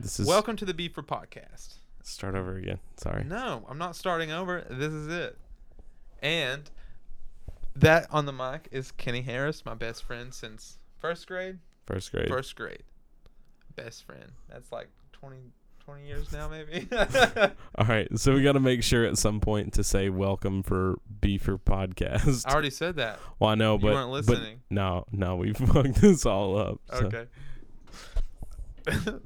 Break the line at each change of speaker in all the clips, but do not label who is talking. This is
Welcome to the Beeper Podcast.
start over again. Sorry.
No, I'm not starting over. This is it. And that on the mic is Kenny Harris, my best friend since first grade.
First grade.
First grade. Best friend. That's like 20, 20 years now, maybe.
All right. So we got to make sure at some point to say welcome for Beefer podcast.
I already said that.
well, I know,
You
but
weren't
but
listening.
no, no, we fucked this all up. so.
Okay.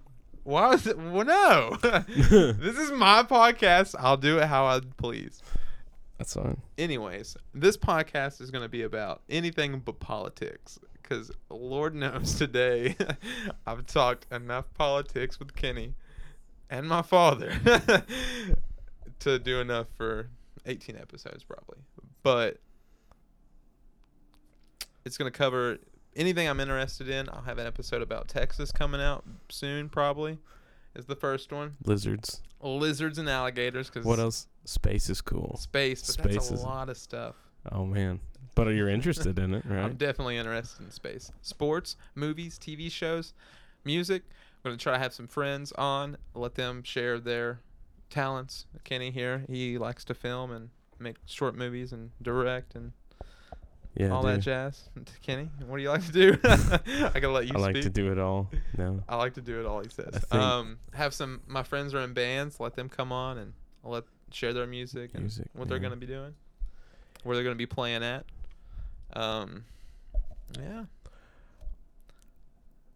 Why was it? Well, no. this is my podcast. I'll do it how I please.
That's fine.
Anyways, this podcast is going to be about anything but politics. Because Lord knows today I've talked enough politics with Kenny and my father to do enough for 18 episodes, probably. But it's going to cover anything I'm interested in. I'll have an episode about Texas coming out soon, probably, is the first one.
Lizards.
Lizards and alligators. Cause
What else? Space is cool.
Space, but that's
Space
a
is-
lot of stuff.
Oh man. But you're interested in it,
I'm
right?
definitely interested in space. Sports, movies, TV shows, music. I'm going to try to have some friends on, let them share their talents. Kenny here, he likes to film and make short movies and direct and
yeah.
all
dude.
that jazz. Kenny, what do you like to do? I got to let you
I like
speak.
to do it all. No.
I like to do it all, he says.
think-
Um, have some, my friends are in bands, let them come on and let share their music and
Music,
what they're
yeah.
going to be doing, where they're going to be playing at. Um, yeah.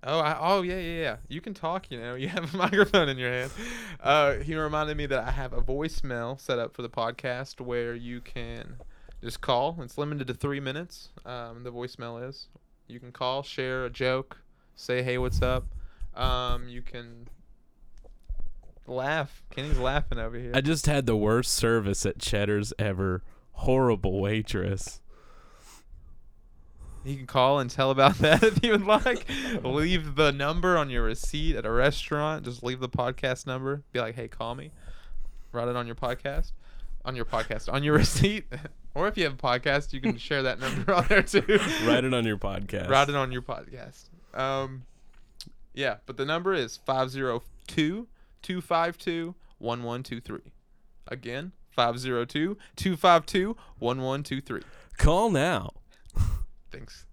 Oh, I, oh yeah, yeah, yeah. You can talk. You know, you have a microphone in your hand. Uh, he reminded me that I have a voicemail set up for the podcast where you can just call. It's limited to three minutes. Um, the voicemail is. You can call, share a joke, say hey, what's up. Um, you can laugh. Kenny's laughing over here.
I just had the worst service at Cheddar's ever. Horrible waitress.
You can call and tell about that if you would like. leave the number on your receipt at a restaurant. Just leave the podcast number. Be like, hey, call me. Write it on your podcast. On your podcast. On your receipt. or if you have a podcast, you can share that number on there too.
Write it on your podcast.
Write it on your podcast. Um, yeah, but the number is 502 252 1123. Again, 502 252 1123.
Call now.
Thanks.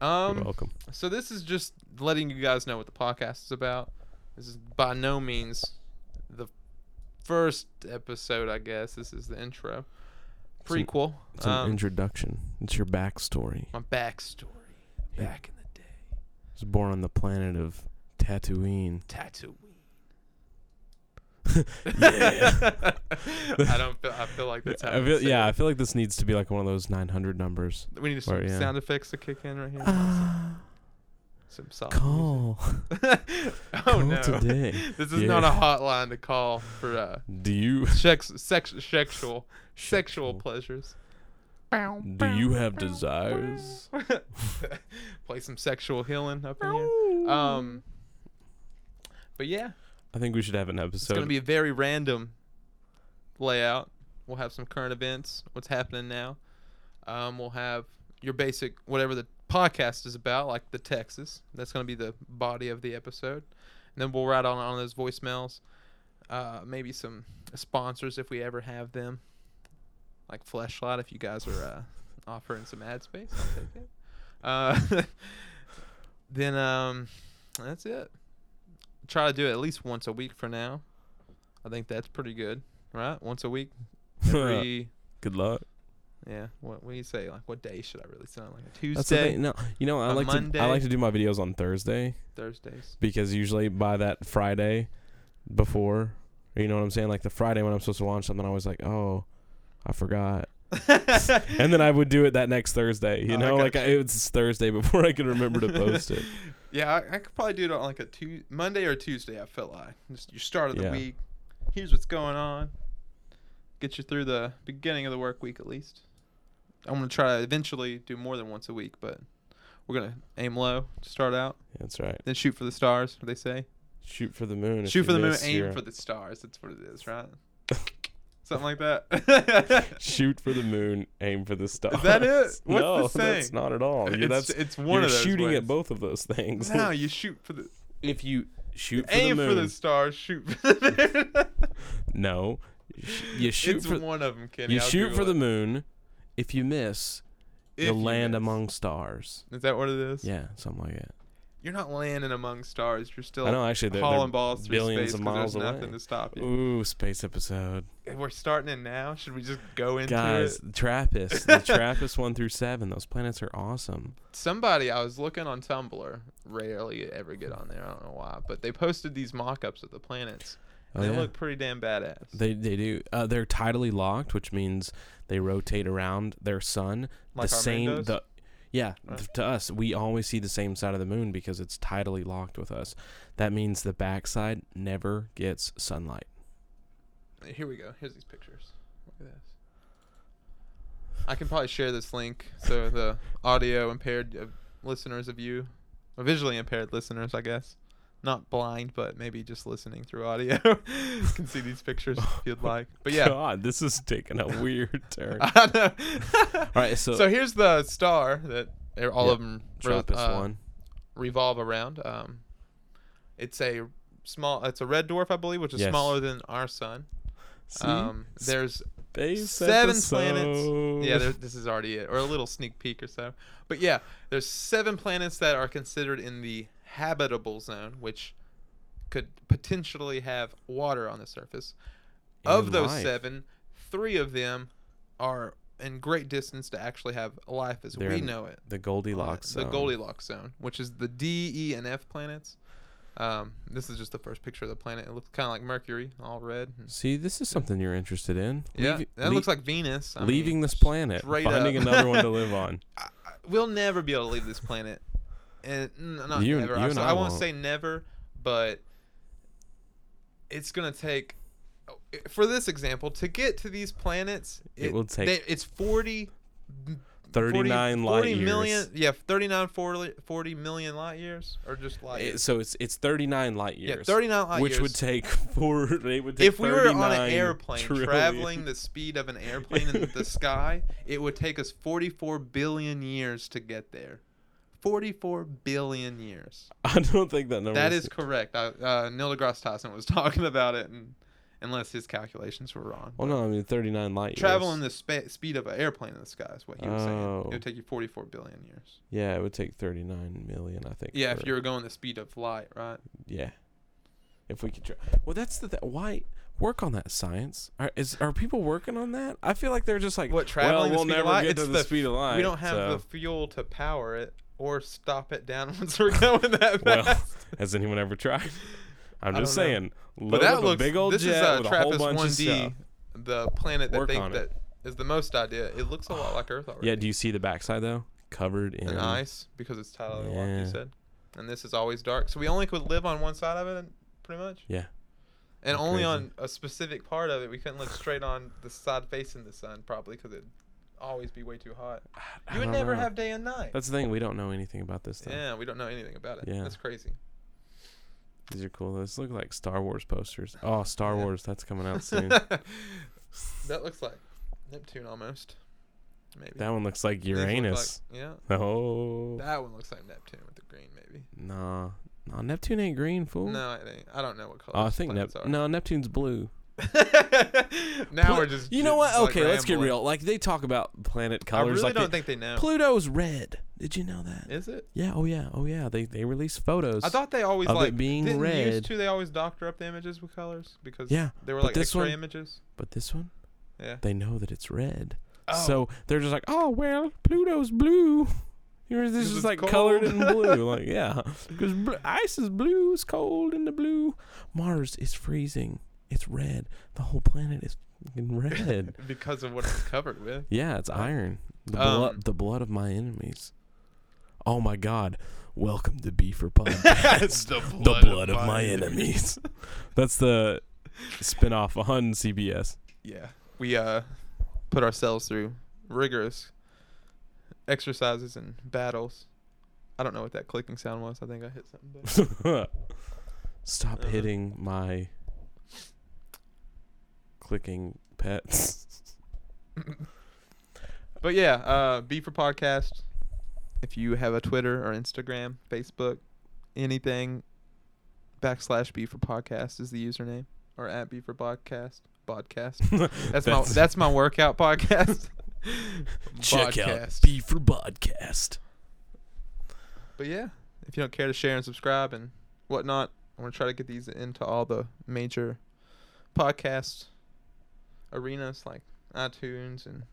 You're
Um,
welcome.
so this is just letting you guys know what the podcast is about. This is by no means the first episode, I guess. This is the intro,
an-
prequel.
It's an
um,
introduction. It's your backstory.
my backstory
Yeah.
back in the day.
I was born on the planet of Tatooine.
Tattooing.
Yeah.
I don't feel. I feel like that's how.
I
we
feel,
say
yeah, I
it.
feel like this needs to be like one of those 900 numbers.
We need some
or, yeah.
sound effects to kick in right here.
Ah,
some soft. music.
call.
oh
call
no.
today.
This is
Yeah.
not a hotline to call for uh,
Do you
sex, sex, sexual, sexual pleasures.
Do you have desires?
Play some sexual healing up in here. Um, but yeah,
I think we should have an
it's
episode.
gonna be a very random layout. We'll have some current events, what's happening now. Um, we'll have your basic whatever the podcast is about, like the Texas. That's gonna be the body of the episode. And then we'll write on on those voicemails. Uh, maybe some sponsors if we ever have them, like Fleshlight. If you guys are uh, offering some ad space, I'll take it. Uh, then um, that's it. Try to do it at least once a week for now. I think that's pretty good, right? Once a week, every
Good luck.
yeah. What what do you say? Like what day should I really sound like? A
That's the
Tuesday,
thing. No, you know I
On
like to I
Monday.
like to do my videos on Thursday
Thursdays.
because usually by that Friday before, you know what I'm saying? Like the Friday when I'm supposed to launch something, I was like, oh, I forgot. and then I would do it that next Thursday. You
Oh, I
know, like I,
gotcha.
it was Thursday before I could remember to post it.
Yeah, I, I could probably do it on like a tu- Monday or Tuesday. I feel like just your start of the
Yeah.
week. Here's what's going on. Get you through the beginning of the work week at least. I'm gonna try to eventually do more than once a week, but we're gonna aim low to start out,
That's right.
then shoot for the stars. What they say?
Shoot for the moon. if
shoot
you
for the moon,
miss,
aim
you're-
for the stars. That's what it is, right? Something like that.
Shoot for the moon, aim for the stars.
that it? What's the
no, that's
saying?
not at all. Oh, Yeah,
it's,
that's
it's one
you're
of those
shooting
ways.
at both of those things.
No, you shoot for the
if you shoot for
Aim
the
for
moon.
the stars, shoot for the moon.
No, Sh- you shoot
it's
for
one of them, Kenny.
you
I'll
shoot
Google
for the
it.
moon. If you miss,
If
you'll
you
land
miss.
among stars.
Is that what it is?
Yeah, something like that.
You're not landing among stars. You're still
I know. Actually, they're,
hauling
they're
balls through
billions
space
of
'cause
miles
there's
away.
nothing to stop you.
ooh space episode,
If We're starting it now. Should we just go into
guys.
it?
Trappist, the Trappist one through seven. Those planets are awesome.
Somebody I was looking on Tumblr. Rarely ever get on there. I don't know why, but they posted these mock-ups of the planets.
Oh,
they
yeah.
look pretty damn badass.
They they do. Uh, they're tidally locked, which means they rotate around their sun.
like
the
our moon
same
does?
the yeah,
Right.
th- to us we always see the same side of the moon because it's tidally locked with us. That means the backside never gets sunlight.
Here we go. Here's these pictures. Look at this. I can probably share this link so the audio impaired uh, listeners of you, or visually impaired listeners, I guess, not blind, but maybe just listening through audio, can see these pictures if you'd like. But yeah,
God, this is taking a weird turn. All
I know.
right, so,
so, here's the star that they're- all of 'em of them
Trappist one.
revolve around. Um, it's a small. It's a red dwarf, I believe, which is
Yes.
smaller than our sun.
See?
Um, there's
Space
seven planets.
episode.
Yeah, there, this is already it, or a little sneak peek or so. But yeah, there's seven planets that are considered in the habitable zone, which could potentially have water on the surface. of
And
those
life.
seven, three of them are in great distance to actually have life as
They're
we
in
know it.
the Goldilocks.
The
zone.
Goldilocks zone, which is the D, E, and F planets. Um, this is just the first picture of the planet. It looks kind of like Mercury, all red.
See, this is something you're interested in.
Yeah,
Leavi-
that
lea-
looks like Venus. I mean,
leaving this planet,
straight
finding
up.
another one to live on.
I- I- we'll never be able to leave this planet, and n- not
You-
never.
you
I-
and
so
I
I, won't
won't.
say never, but it's gonna take. For this example, to get to these planets,
It will take
they- it's 40, 40,
39 light
40
years.
million- yeah, 39, 40, 40 million light years, or just light
It-
years.
so it's it's 39 light years.
Yeah, 39 light
which
years.
would take four. It would take
if we were on
39
an airplane
trillion.
traveling the speed of an airplane in the sky, it would take us 44 billion years to get there. 44 billion years.
I don't think that number.
That is correct. I, uh, Neil deGrasse Tyson was talking about it, and unless his calculations were wrong.
Well, no, I mean 39 light
Traveling
years.
the spa- speed of an airplane in the sky is what he was saying.
Oh.
It would take you 44 billion years.
Yeah, it would take 39 million, I think.
Yeah, if
for-
you were going the speed of light, right?
Yeah. If we could. Tra- well, that's the. Th- why work on that science? Are is are people working on that? I feel like they're just like
What, traveling
Well, we'll
the speed of
never
light?
get
It's
to the,
the f-
speed of light.
we don't have
so-
the fuel to power it or stop it down once we're going that
Well,
fast.
Has anyone ever tried? I'm
I
just
don't know.
saying.
But
Load
that
up
looks
a big old
this
jet
is uh,
with a whole
Trappist
bunch of
1D,
stuff.
the planet that
Work
they
on
that
it.
is the most idea. It looks a lot like Earth already.
Yeah, do you see the backside though? Covered in
and ice because it's tidally locked.
Yeah.
You said, and this is always dark, so we only could live on one side of it, pretty much.
Yeah.
And
That's
only
crazy.
on a specific part of it, we couldn't look straight on the side facing the sun, probably because it'd always be way too hot.
I
You would
don't
never
know.
have day and night.
That's the thing. We don't know anything about this stuff.
yeah, we don't know anything about it.
Yeah.
That's crazy.
These are cool. Those look like Star Wars posters. Oh, Star
Yeah.
Wars. That's coming out soon.
that looks like Neptune almost. Maybe.
that one looks like
These look like-
Uranus.
yeah.
oh.
That one looks like Neptune with the green, maybe.
Nah. Nah, Neptune ain't green, fool.
No, it ain't. I don't know what color.
Oh, I think Nep- no, Neptune's blue.
now
Pla-
we're just.
You know what?
just, like,
okay, let's get
rambling.
real. Like they talk about planet
I
colors.
really
like
don't
they-
think they know.
Pluto's red. Did you know that?
Is it?
yeah. Oh yeah. Oh yeah. They they release photos.
I thought they always
of it
like
being
didn't
red.
Used to they always doctor up the images with colors because
yeah.
they were
but
like
this
X-ray
one-
images.
But this one,
Yeah.
they know that it's red.
Oh,
So they're just like, oh well, Pluto's blue. You know, this
'Cause
is
it's
like colored in
cold."
blue. Like yeah, because bl- ice is blue. It's cold in the blue. Mars is freezing. It's red. The whole planet is in red.
Oh, because of what it's covered with.
yeah, it's
Oh.
iron. The
Um,
blood, the blood of my enemies. Oh my God! Welcome to Beaver
That's
Podcast.
the
the blood of my enemies. That's the spinoff on CBS.
Yeah, we uh put ourselves through rigorous exercises and battles. I don't know what that clicking sound was. I think I hit something. But
Stop
Uh-huh.
hitting my clicking pets.
But yeah, uh, B for podcast. If you have a Twitter or Instagram, Facebook, anything, backslash B for podcast is the username, or at B for podcast. Podcast. That's, my that's my workout podcast.
check out
Podcast.
B for podcast.
But yeah, if you don't care to share and subscribe and whatnot, I'm gonna try to get these into all the major podcast arenas like iTunes and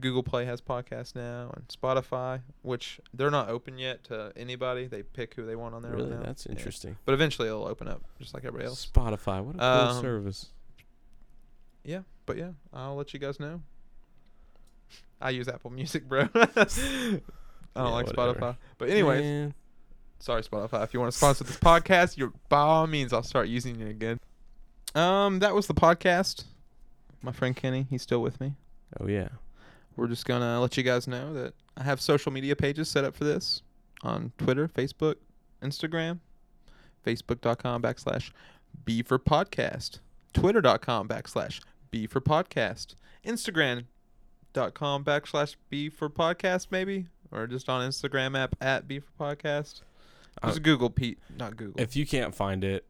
Google Play has podcasts now and Spotify, which they're not open yet to anybody. They pick who they want on there
Really,
right now.
that's
Yeah.
interesting.
But eventually it'll open up just like everybody else.
Spotify, what a cool
Um,
service.
Yeah, but yeah, I'll let you guys know. I use Apple Music, bro. I don't
Yeah,
like
whatever.
Spotify. But anyways,
Man.
Sorry, Spotify. If you want to sponsor this podcast, you're by all means, I'll start using it again. Um, that was the podcast. My friend Kenny, he's still with me.
oh yeah,
We're just gonna let you guys know that I have social media pages set up for this on Twitter, Facebook, Instagram, Facebook.com backslash B for podcast, Twitter.com backslash B for podcast, Instagram.com backslash B for podcast maybe, or just on Instagram app at B for podcast.
Uh,
Just Google Pete, not Google.
if you can't find it,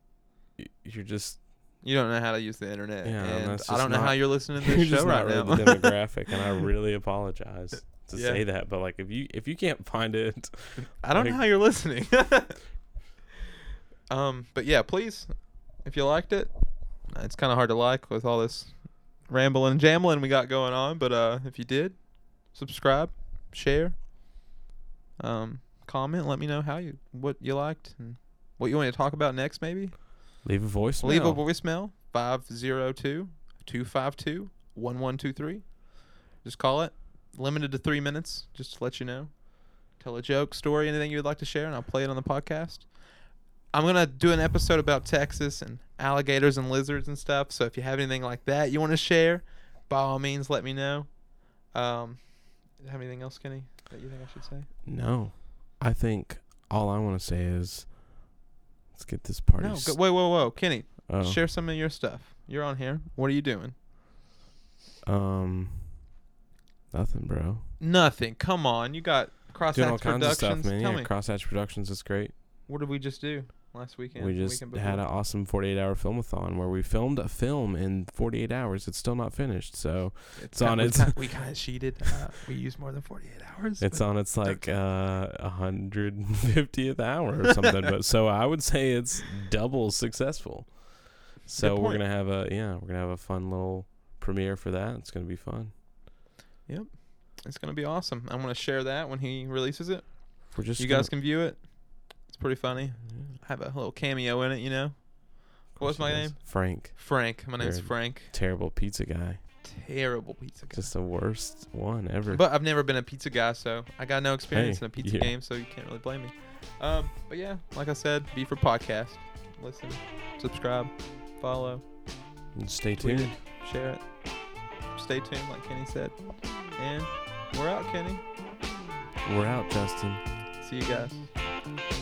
y- you're just
you don't know how to use the internet,
Yeah, and
and
that's
I
just
don't know
not-
how you're listening to
you're
this
just
show
not
right
really
now.
the demographic, and I really apologize to
Yeah.
say that, but like if you if you can't find it,
I don't know
Like-
how you're listening. um, but yeah, please, if you liked it, uh, it's kind of hard to like with all this rambling and jambling we got going on. But uh, if you did, subscribe, share, um, comment. Let me know how you what you liked and what you want me to talk about next. Maybe
leave a voicemail.
leave a voicemail 502-252-1123. Just call it. Limited to three minutes, just to let you know. Tell a joke, story, anything you would like to share, and I'll play it on the podcast. I'm gonna do an episode about Texas and alligators and lizards and stuff. So if you have anything like that you want to share, by all means, let me know. Um, do you have anything else, Kenny, that you think I should say?
No, I think all I want to say is let's get this party.
No.
s-
Go, whoa, whoa, whoa, Kenny,
oh,
share some of your stuff. You're on here. What are you doing?
Um, nothing, bro.
Nothing. Come on. You got
Doing all
Crosshatch
kinds of stuff,
Productions.
man.
Tell
Yeah,
me,
Crosshatch Productions is great.
what did we just do last weekend?
we
the
just
weekend
had an
before?
awesome 48 hour filmathon where we filmed a film in 48 hours. It's still not finished, so it's
kind-
on
we
its-
kind- We kind of cheated. Uh, we used more than 48 hours.
it's
but-
on its like uh 150th hour or something. but so I would say it's double successful. So we're
point.
gonna have a yeah, we're gonna have a fun little premiere for that. It's gonna be fun.
It's going to be awesome. I'm going to share that when he releases it.
We're just
you
gonna-
guys can view it. It's pretty funny.
Yeah, of
I have a little cameo in it, you know?
course
was my
it is.
name?
Frank.
Frank. My name's
You're-
Frank.
Terrible pizza guy.
Terrible pizza guy.
Just the worst one ever.
But I've never been a pizza guy, so I got no experience
Hey,
in a pizza
yeah.
game, so you can't really blame me. Um, but yeah, like I said, be for podcast. Listen, subscribe, follow,
Stay
tweet
tuned.
it, share it. Stay tuned, like Kenny said. And we're out, Kenny.
We're out, Justin.
See you guys.